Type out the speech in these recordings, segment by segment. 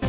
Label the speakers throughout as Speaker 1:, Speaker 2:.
Speaker 1: 蘭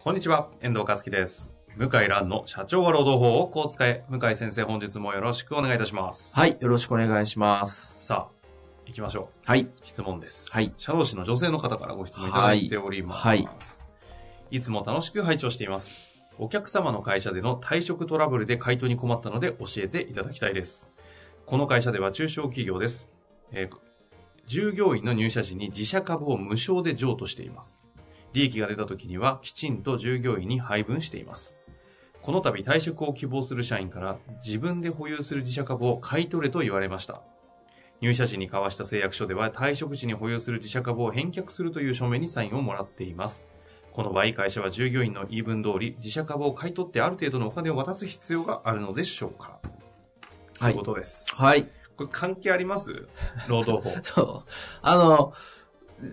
Speaker 2: こんにちは、遠藤和樹です。向井蘭の社長は労働法をこう使え、向井先生本日もよろしくお願いいたします。
Speaker 3: はい、よろしくお願いします。
Speaker 2: さあ、行きましょ
Speaker 3: はい。
Speaker 2: う。質問です。
Speaker 3: はい
Speaker 2: 社労士の女性の方からご質問いただいております。
Speaker 3: はいい。
Speaker 2: つも楽しく拝聴しています。お客様の会社での退職トラブルで回答に困ったので教えていただきたいです。この会社では中小企業です。えー従業員の入社時に自社株を無償で譲渡しています。利益が出た時にはきちんと従業員に配分しています。この度退職を希望する社員から自分で保有する自社株を買い取れと言われました。入社時に交わした誓約書では退職時に保有する自社株を返却するという書面にサインをもらっています。この場合、会社は従業員の言い分通り自社株を買い取ってある程度のお金を渡す必要があるのでしょうか、
Speaker 3: は
Speaker 2: とい
Speaker 3: い。
Speaker 2: うことです。
Speaker 3: はい。。
Speaker 2: これ関係あります労働法
Speaker 3: そう。あの、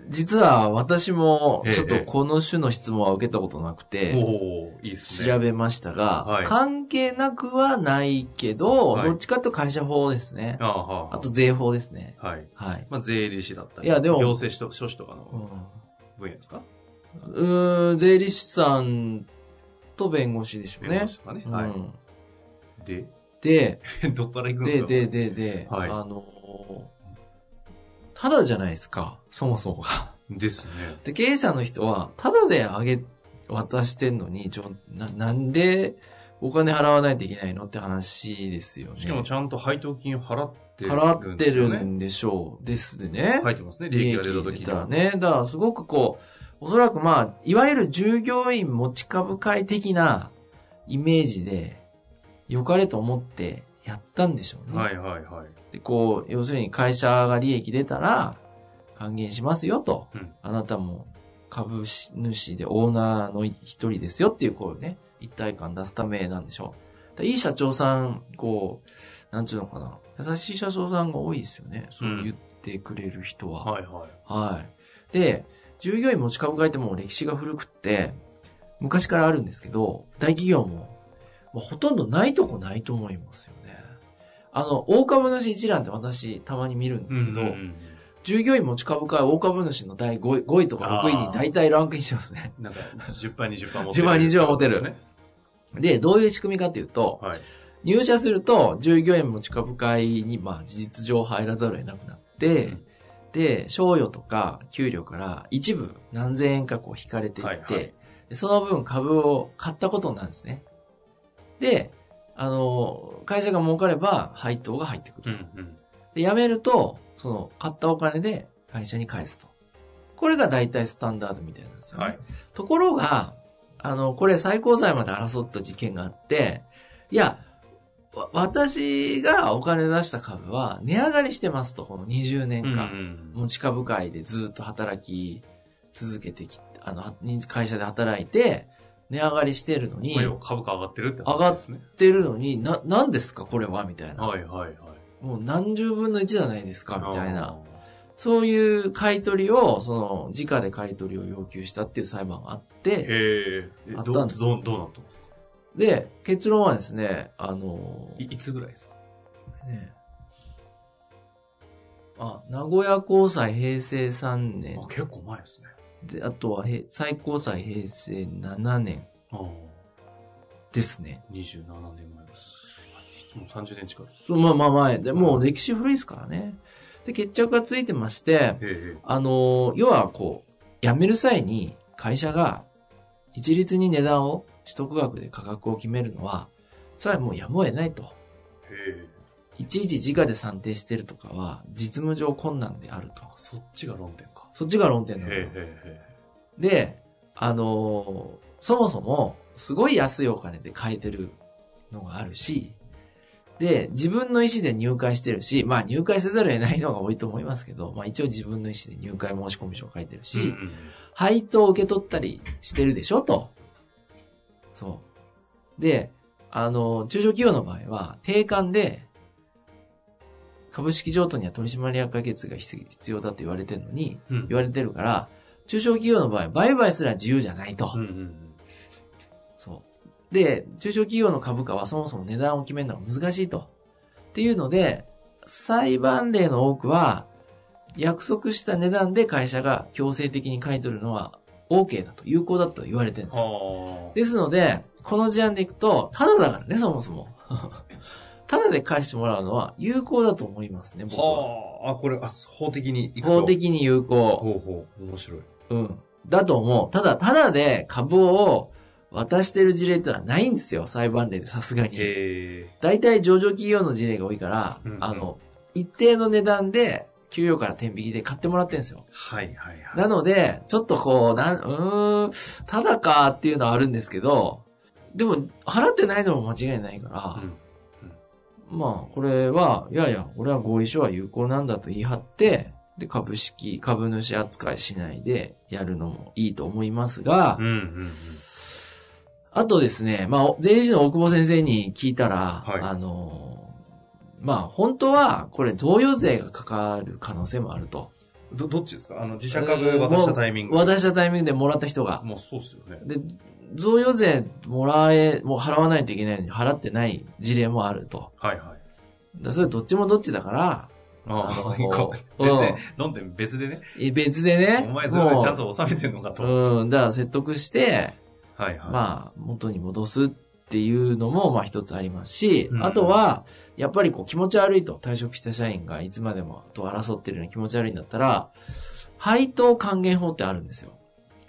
Speaker 3: 実は私も
Speaker 2: ええ、
Speaker 3: ちょっとこの種の質問は受けたことなくて、
Speaker 2: おーいいっすね。
Speaker 3: 調べましたが、
Speaker 2: はい
Speaker 3: 関係なくはないけど、
Speaker 2: はい
Speaker 3: どっちかというと会社法ですね。
Speaker 2: ああはあ
Speaker 3: あと税法ですね。
Speaker 2: はい。
Speaker 3: はい。
Speaker 2: まあ、税理士だったり、
Speaker 3: いやでも
Speaker 2: 行政書書士とか
Speaker 3: う
Speaker 2: の
Speaker 3: ん
Speaker 2: 分野ですか、
Speaker 3: うーん、税理士さんと弁護士でしょう
Speaker 2: 弁護
Speaker 3: ね
Speaker 2: 士。とかね。
Speaker 3: うん
Speaker 2: はい。で、
Speaker 3: で、
Speaker 2: どっから行くんです
Speaker 3: で、
Speaker 2: か
Speaker 3: で、で、で、
Speaker 2: はい
Speaker 3: あのー、ただじゃないですか、そもそもが。
Speaker 2: ですね。
Speaker 3: で、経営者の人は、ただであげ、渡してんのに、ちょ、な、なんで、お金払わないといけないのって話ですよね。
Speaker 2: しかもちゃんと配当金を払ってる
Speaker 3: 払
Speaker 2: ん
Speaker 3: っ
Speaker 2: で
Speaker 3: て
Speaker 2: すよね。
Speaker 3: るんでしょう。ですね。
Speaker 2: 書いてますね、利益が出た時
Speaker 3: 利益
Speaker 2: に
Speaker 3: 出た
Speaker 2: は。
Speaker 3: らね。だから、すごくこう、おそらくまあ、いわゆる従業員持ち株会的なイメージで、良かれと思ってやったんでしょうね。
Speaker 2: はいはいはい。
Speaker 3: で、こう、要するに会社が利益出たら、還元しますよと。
Speaker 2: うん
Speaker 3: あなたも株主でオーナーの一人ですよっていう、こうね、一体感出すためなんでしょう。だいい社長さん、こう、なんちゅうのかな。優しい社長さんが多いですよね。そう言ってくれる人は。
Speaker 2: はいはい。
Speaker 3: はい。で、従業員持ち株買いってもう歴史が古くって、昔からあるんですけど、大企業も、まあ、ほとんどないとこないと思いますよね。あの、大株主一覧って私たまに見るんですけど、
Speaker 2: うんうんうん
Speaker 3: 従業員持ち株買い大株主の第5位 ,5 位とか6位に大体ランクインしてますね。
Speaker 2: なんか、10パー20パー持
Speaker 3: 10パー20は持てる
Speaker 2: ですね
Speaker 3: で、どういう仕組みかというと、
Speaker 2: はい。
Speaker 3: 入社すると従業員持ち株会に、まあ、事実上入らざるを得なくなって、
Speaker 2: うん
Speaker 3: で、賞与とか給料から一部何千円かこう引かれていって、
Speaker 2: はいはい
Speaker 3: でその分株を買ったことになるんですね。で、あの、会社が儲かれば配当が入ってく
Speaker 2: うん
Speaker 3: ると。
Speaker 2: うん。
Speaker 3: で、辞めると、その、買ったお金で会社に返すと。これが大体スタンダードみたいなんですよね。
Speaker 2: はい。
Speaker 3: ところが、あの、これ最高裁まで争った事件があって、いや、わ私がお金出した株は値上がりしてますと、この20年間。
Speaker 2: ん
Speaker 3: 持ち株会でずっと働き続けてき、あの、に会社で働いて、値上がりしてるのに、
Speaker 2: まあ要
Speaker 3: 売
Speaker 2: は株価上がってるって話ですね。
Speaker 3: ってるのに、な、何ですかこれはみたいな。
Speaker 2: はいはいはい。
Speaker 3: もう何十分の1じゃないですかみたいな。
Speaker 2: あ
Speaker 3: そういう買い取りを、その、直で買い取りを要求したっていう裁判があって
Speaker 2: ー。、へえ。え
Speaker 3: あっ
Speaker 2: ど
Speaker 3: た
Speaker 2: うん
Speaker 3: です
Speaker 2: どうどうなったんですか
Speaker 3: で、結論はですね、あの
Speaker 2: いいつぐらいですか
Speaker 3: ねあ、名古屋高裁平成3年
Speaker 2: あ、結構前ですね。
Speaker 3: で、あとはへ最高裁平成7年
Speaker 2: ああ。
Speaker 3: ですね。
Speaker 2: 27年前です。もう30年近いです。
Speaker 3: そう、まあまあ前で、もう歴史古いですからね。で、決着がついてまして、
Speaker 2: え
Speaker 3: あの、要はこう、辞める際に会社が一律に値段を取得額で価格を決めるのは、それはもうやむを得ないと。
Speaker 2: え。へえ。
Speaker 3: いちいち自我で算定してるとかは、実務上困難であると。
Speaker 2: あそっちが論点か。
Speaker 3: そっちが論点
Speaker 2: へ
Speaker 3: な
Speaker 2: え
Speaker 3: のよ。
Speaker 2: へ
Speaker 3: で、あのーそもそも、すごい安いお金で買えてるのがあるし、で、自分の意思で入会してるし、まあ入会せざるを得ないのが多いと思いますけど、まあ一応自分の意思で入会申込書を書いてるし、
Speaker 2: うんうん
Speaker 3: 配当を受け取ったりしてるでしょと。そう。で、あの、中小企業の場合は、定款で、株式譲渡には取締役会決議が必必要だと言われてるのに、
Speaker 2: うん
Speaker 3: 言われてるから、中小企業の場合、売買すら自由じゃないと。
Speaker 2: うんうん
Speaker 3: そう。で、中小企業の株価はそもそも値段を決めるのが難しいと。っていうので、裁判例の多くは、約束した値段で会社が強制的に買い取るのは OK だと、有効だと言われてるんですよ。
Speaker 2: は
Speaker 3: ですので、この事案でいくと、ただだからね、そもそも。 ただで返してもらうのは有効だと思いますね、
Speaker 2: あ。
Speaker 3: 僕は。
Speaker 2: はあ、これ、あ、法的にいくと。
Speaker 3: 法。的に有効。
Speaker 2: ほうほう、面白い。
Speaker 3: うん。だと思う。ただ、ただで株を渡してる事例ってのはないんですよ、裁判例でさすがに。
Speaker 2: え
Speaker 3: 大体上場企業の事例が多いから、
Speaker 2: うんうん
Speaker 3: あの、一定の値段で、給与から天引きで買ってもらってるんですよ
Speaker 2: ー。、はいはいはい。
Speaker 3: なので、ちょっとこう、なん、うーん、ただかっていうのはあるんですけど、でも、払ってないのも間違いないから、まあ、これは、いやいや、俺は合意書は有効なんだと言い張って、で、株式、株主扱いしないでやるのもいいと思いますが、
Speaker 2: うん、うん、うんうん。
Speaker 3: あとですね、まあ、税理士の大久保先生に聞いたら、
Speaker 2: はい
Speaker 3: あのー、まあ、本当は、これ、贈与税がかかる可能性もあると。
Speaker 2: ど、どっちですかあの、自社株渡したタイミング。
Speaker 3: 渡したタイミングでもらった人が。
Speaker 2: もうそうっすよね。
Speaker 3: で、贈与税もらえ、もう払わないといけないのに払ってない事例もあると。
Speaker 2: はいはい。
Speaker 3: だそれどっちもどっちだから、あ
Speaker 2: あ
Speaker 3: の
Speaker 2: あ、いいか
Speaker 3: うん
Speaker 2: 全然、論点別でね。
Speaker 3: え別でね。
Speaker 2: お前全然ちゃんと
Speaker 3: も
Speaker 2: 収めてんのかと。
Speaker 3: う
Speaker 2: はい
Speaker 3: うん、だから説得して、
Speaker 2: はい。
Speaker 3: まあ、元に戻すっていうのも、まあ一つありますし、
Speaker 2: うん
Speaker 3: あとは、やっぱりこう気持ち悪いと、退職した社員がいつまでもと争ってるような気持ち悪いんだったら、配当還元法ってあるんですよ。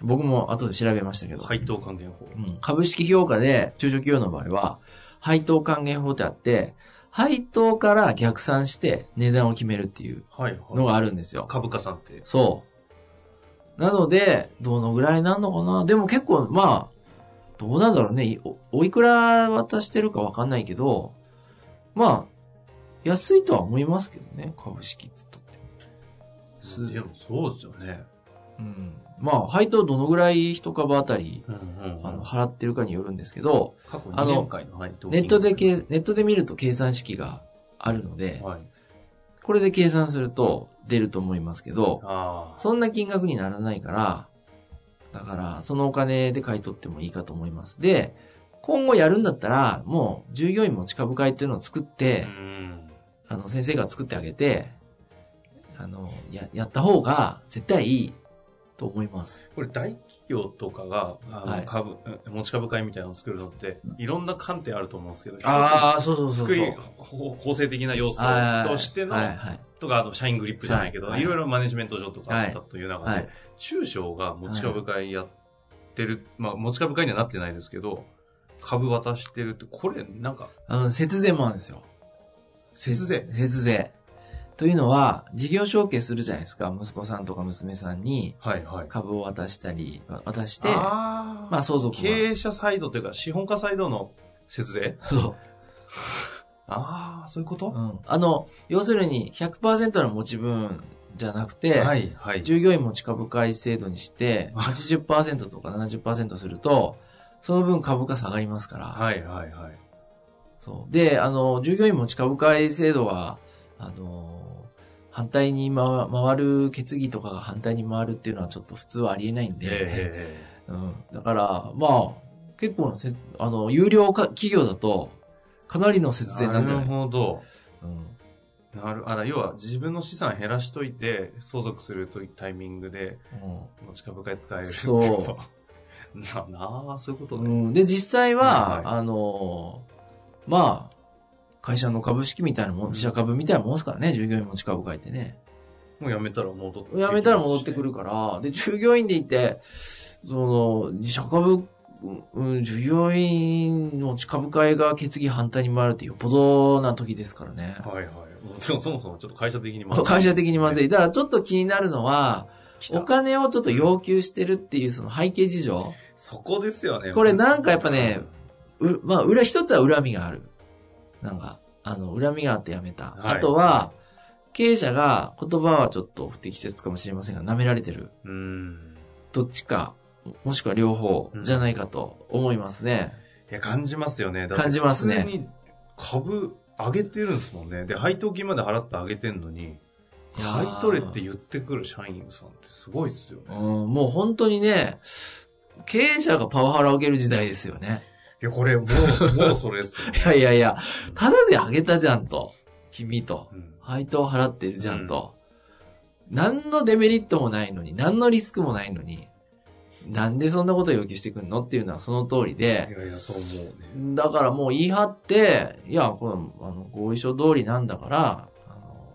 Speaker 3: 僕も後で調べましたけど。
Speaker 2: 配当還元法。
Speaker 3: うん株式評価で中小企業の場合は、配当還元法ってあって、配当から逆算して値段を決めるっていう
Speaker 2: はい
Speaker 3: の
Speaker 2: は
Speaker 3: があるんです
Speaker 2: い。
Speaker 3: よ。
Speaker 2: 株価さんって。
Speaker 3: そう。なので、どのぐらいなんのかなでも結構、まあ、どうなんだろうね。いお、おいくら渡してるかわかんないけど、まあ、安いとは思いますけどね。株式っつったって。す
Speaker 2: でもそうですよね。
Speaker 3: うん。まあ、配当どのぐらい一株あたり、
Speaker 2: うんうんうん
Speaker 3: あの、払ってるかによるんですけど、
Speaker 2: 過去
Speaker 3: あ
Speaker 2: 2
Speaker 3: の
Speaker 2: 年間の配当
Speaker 3: ネットで
Speaker 2: 金
Speaker 3: け、ネットで見ると計算式があるので
Speaker 2: 額、はい。
Speaker 3: これで計算すると出ると思いますけど、
Speaker 2: ああ。
Speaker 3: そんな金額にならないから、だから、そのお金で買い取ってもいいかと思います。で、今後やるんだったら、もう従業員持ち株会っていうのを作って
Speaker 2: う、ん。
Speaker 3: あの、先生が作ってあげて、あの、や、やった方が絶対いいと思います。
Speaker 2: これ大企業とかが、あ
Speaker 3: は
Speaker 2: の
Speaker 3: い
Speaker 2: 株、うん持ち株会みたいなのを作るのって、いろんな観点あると思うんですけど、
Speaker 3: ああ、そうそうそう
Speaker 2: 低
Speaker 3: そ。
Speaker 2: いうほ法制的な要素
Speaker 3: はい
Speaker 2: としての
Speaker 3: はい、はい。
Speaker 2: とか、あの、社員グリップじゃないけど、、
Speaker 3: はいい
Speaker 2: ろいろマネジメント上とかあった
Speaker 3: は
Speaker 2: という中で、
Speaker 3: はい。
Speaker 2: 中小が持ち株会やってる、まあ、持ち株会にはなってないですけど、株渡してるって、これ、なんか、
Speaker 3: あの、節税もあるんですよ。
Speaker 2: 節税。
Speaker 3: 節税。というのは、事業承継するじゃないですか。息子さんとか娘さんに
Speaker 2: はいはい。
Speaker 3: 株を渡したり、わ渡して、
Speaker 2: あ
Speaker 3: まあ相続
Speaker 2: 経
Speaker 3: は。
Speaker 2: 営者サイドというか、資本家サイドの節税
Speaker 3: そ
Speaker 2: ああ、そういうこと、
Speaker 3: う。うん。あの、要するに100%の持ち分じゃなくて、
Speaker 2: はいはい。
Speaker 3: 従業員持ち株会制度にして、80%とか70%すると、その分株価下がりますから。
Speaker 2: はいはいはい。
Speaker 3: そう。で、あの、従業員持ち株会制度が、あの、反対に回回る決議とかが反対に回るっていうのはちょっと普通はありえないんで、
Speaker 2: え
Speaker 3: うん。だから、まあ、結構なせ、あの、有料か企業だと、かなりの
Speaker 2: え
Speaker 3: 節税なんじゃない
Speaker 2: なるほど。
Speaker 3: うん。
Speaker 2: なるあだ要は自分の資産減らしといて相続するというタイミングで持ち株買い使えるって
Speaker 3: そう
Speaker 2: こと ななあそういうこと
Speaker 3: う
Speaker 2: ね、
Speaker 3: ん。うん、で、実際は、
Speaker 2: はいは
Speaker 3: あの、まあ、会社の株式みたいなもん、自社株みたいなもんですからね、従業員持ち株会ってね。
Speaker 2: もうやめたら戻って
Speaker 3: 辞めたら戻ってくる
Speaker 2: か
Speaker 3: から、で、従業員でいて、その、自社株、うん、従業員持ち株会が決議反対に回るってよっぽどな時ですからね。
Speaker 2: はいはいもうそそ もそもちょっと会社的にまずい
Speaker 3: 会社的にまずい。だからちょっと気になるのは、
Speaker 2: 来た
Speaker 3: お金をちょっと要求してるっていうその背景事情。
Speaker 2: そこですよね
Speaker 3: これなんかやっぱねう、まあ、裏、一つは恨みがある。なんか、あの、恨みがあって辞めた。
Speaker 2: はい
Speaker 3: あとは、経営者が言葉はちょっと不適切かもしれませんが、舐められてる。
Speaker 2: うん。
Speaker 3: どっちか、もしくは両方
Speaker 2: うん
Speaker 3: じゃないかと思いますね。
Speaker 2: いや、感じますよね。だって
Speaker 3: 感じますね
Speaker 2: 普通に株上げてるんですもんね。で、配当金まで払って上げてんのに、
Speaker 3: いや
Speaker 2: 買い
Speaker 3: ー
Speaker 2: 取れって言ってくる社員さんってすごいっすよ
Speaker 3: う
Speaker 2: ね。
Speaker 3: ん、もう本当にね、経営者がパワハラを受ける時代ですよね。
Speaker 2: いや、これもう、もうそれっすよね。
Speaker 3: いやいやいや、ただであげたじゃんと。君と。
Speaker 2: うん
Speaker 3: 配当払ってるじゃんと。何のデメリットもないのに、何のリスクもないのに、なんでそんなこと要求してくんのっていうのはその通り
Speaker 2: い
Speaker 3: で、
Speaker 2: やいや、そう思うね。
Speaker 3: だからもう言い張って、いや、これ、あの、合意書通りなんだから、あの、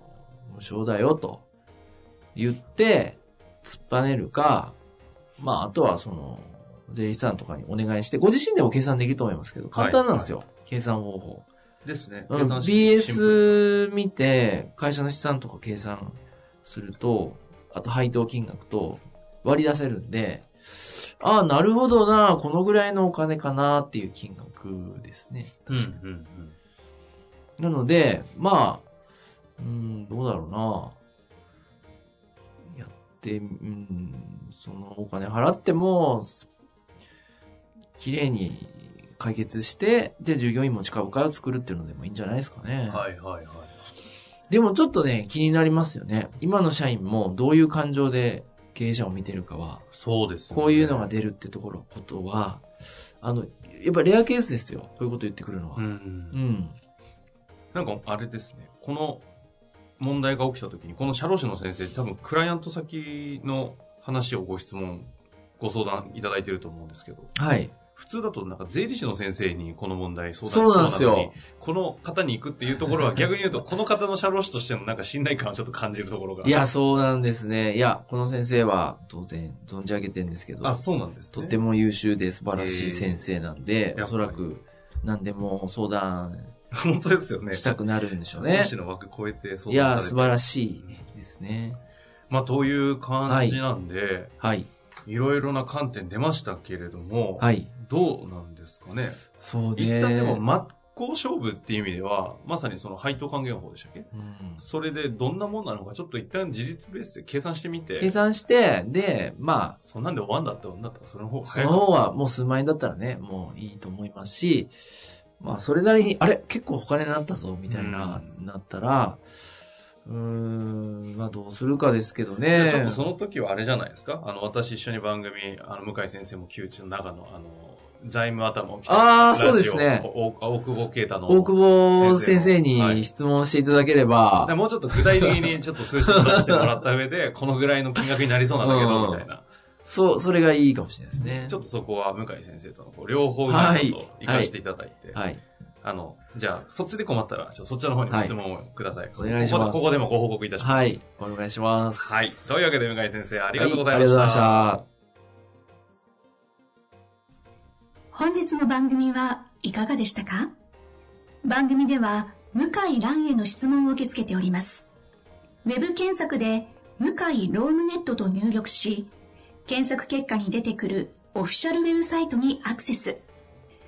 Speaker 3: 無償だよと言って、突っぱねるか、まあ、あとはその、税理士さんとかにお願いして、ご自身でも計算できると思いますけど、簡単なんですよ。計算方法。
Speaker 2: ですね。
Speaker 3: うん
Speaker 2: 計算式シンプ
Speaker 3: BS 見て、会社の資産とか計算すると、あと配当金額と割り出せるんで、ああ、なるほどな、このぐらいのお金かなっていう金額ですね。
Speaker 2: ルうん
Speaker 3: 確か
Speaker 2: うんうん。
Speaker 3: なので、まあ、うん、どうだろうな。やって、うん、そのお金払っても、綺麗に解決して、で、従業員持ち株会を作るっていうのでもいいんじゃないですかね。
Speaker 2: はいはいはい。
Speaker 3: でもちょっとね、気になりますよね。今の社員もどういう感情で経営者を見てるかは、
Speaker 2: そうですよね
Speaker 3: こういうのが出るってところ、ことは、あの、やっぱレアケースですよ。こういうこと言ってくるのは。
Speaker 2: う
Speaker 3: うん。
Speaker 2: ん。なんか、あれですね。この問題が起きた時に、この社労士の先生、多分クライアント先の話をご質問、ご相談いただいてると思うんですけど、
Speaker 3: はい。
Speaker 2: 普通だとなんか税理士の先生にこの問題相談し
Speaker 3: そうなんです
Speaker 2: そうなの
Speaker 3: よ
Speaker 2: に、。この方に行くっていうところは逆に言うと、 この方の社労士としてのなんか信頼感をちょっと感じるところが。
Speaker 3: いや、そうなんですね。いや、この先生は当然存じ上げてるんですけど、
Speaker 2: あ、そうなんです
Speaker 3: と
Speaker 2: ね。
Speaker 3: っても優秀で素晴らしい先生なんで、
Speaker 2: えー
Speaker 3: おそらく何でも相談
Speaker 2: 本当ですよね。
Speaker 3: したくなるんでしょう
Speaker 2: 社
Speaker 3: ね
Speaker 2: 労。士の枠超えて相談
Speaker 3: い
Speaker 2: さ
Speaker 3: や、
Speaker 2: れて。
Speaker 3: 素晴らしいですね。
Speaker 2: まあ、という感じなんで、
Speaker 3: はい。
Speaker 2: いろいろな観点出ましたけれども、
Speaker 3: はい。
Speaker 2: どうなんですかね。
Speaker 3: そうで
Speaker 2: 一旦でも真っ向勝負っていう意味では、まさにその配当還元法でしたっけ
Speaker 3: うん
Speaker 2: それでどんなもんなのか、ちょっと一旦事実ベースで計算してみて
Speaker 3: 計、算して、で、ま
Speaker 2: そんなんで終わんだったら女だったらその方
Speaker 3: あ、
Speaker 2: が
Speaker 3: そ
Speaker 2: 早
Speaker 3: の
Speaker 2: かっ
Speaker 3: 方はもう数万円だったらね、もういいと思いますし、まあ、それなりに、あれ結構お金になったぞ、みたいな、なったら、うーん、まあ、どうするかですけど
Speaker 2: た
Speaker 3: ね。
Speaker 2: ちょっとその時はあれじゃないですかあの、私一緒に番組、あの、向井先生も窮地の中の、あの、財務頭をき
Speaker 3: あーそうですね
Speaker 2: 大大久保啓太の。
Speaker 3: 大久保先生
Speaker 2: はい
Speaker 3: に質問していただければ、
Speaker 2: でもうちょっと具体的にちょっと数字を出してもらった上で、このぐらいの金額になりそうなんだけど、
Speaker 3: うん
Speaker 2: みたいな。
Speaker 3: そう、それがいいかもしれないですね。
Speaker 2: ちょっとそこは向井先生とのこう両方にちょっと
Speaker 3: はい
Speaker 2: 生かしていただいて、
Speaker 3: はい。
Speaker 2: あの、じゃあ、そっちで困ったら、ちょっとそっちの方に質問をください。
Speaker 3: お願いします
Speaker 2: ここでここでもご報告いたします。
Speaker 3: はい。お願いします。
Speaker 2: はい。というわけで、向井先生、あ
Speaker 3: あ
Speaker 2: りがとうございました。
Speaker 3: ありがとうございました。
Speaker 1: 本日の番組はいかがでしたか番組では向井蘭への質問を受け付けております。ウェブ検索で向井ロームネットと入力し、検索結果に出てくるオフィシャルウェブサイトにアクセス。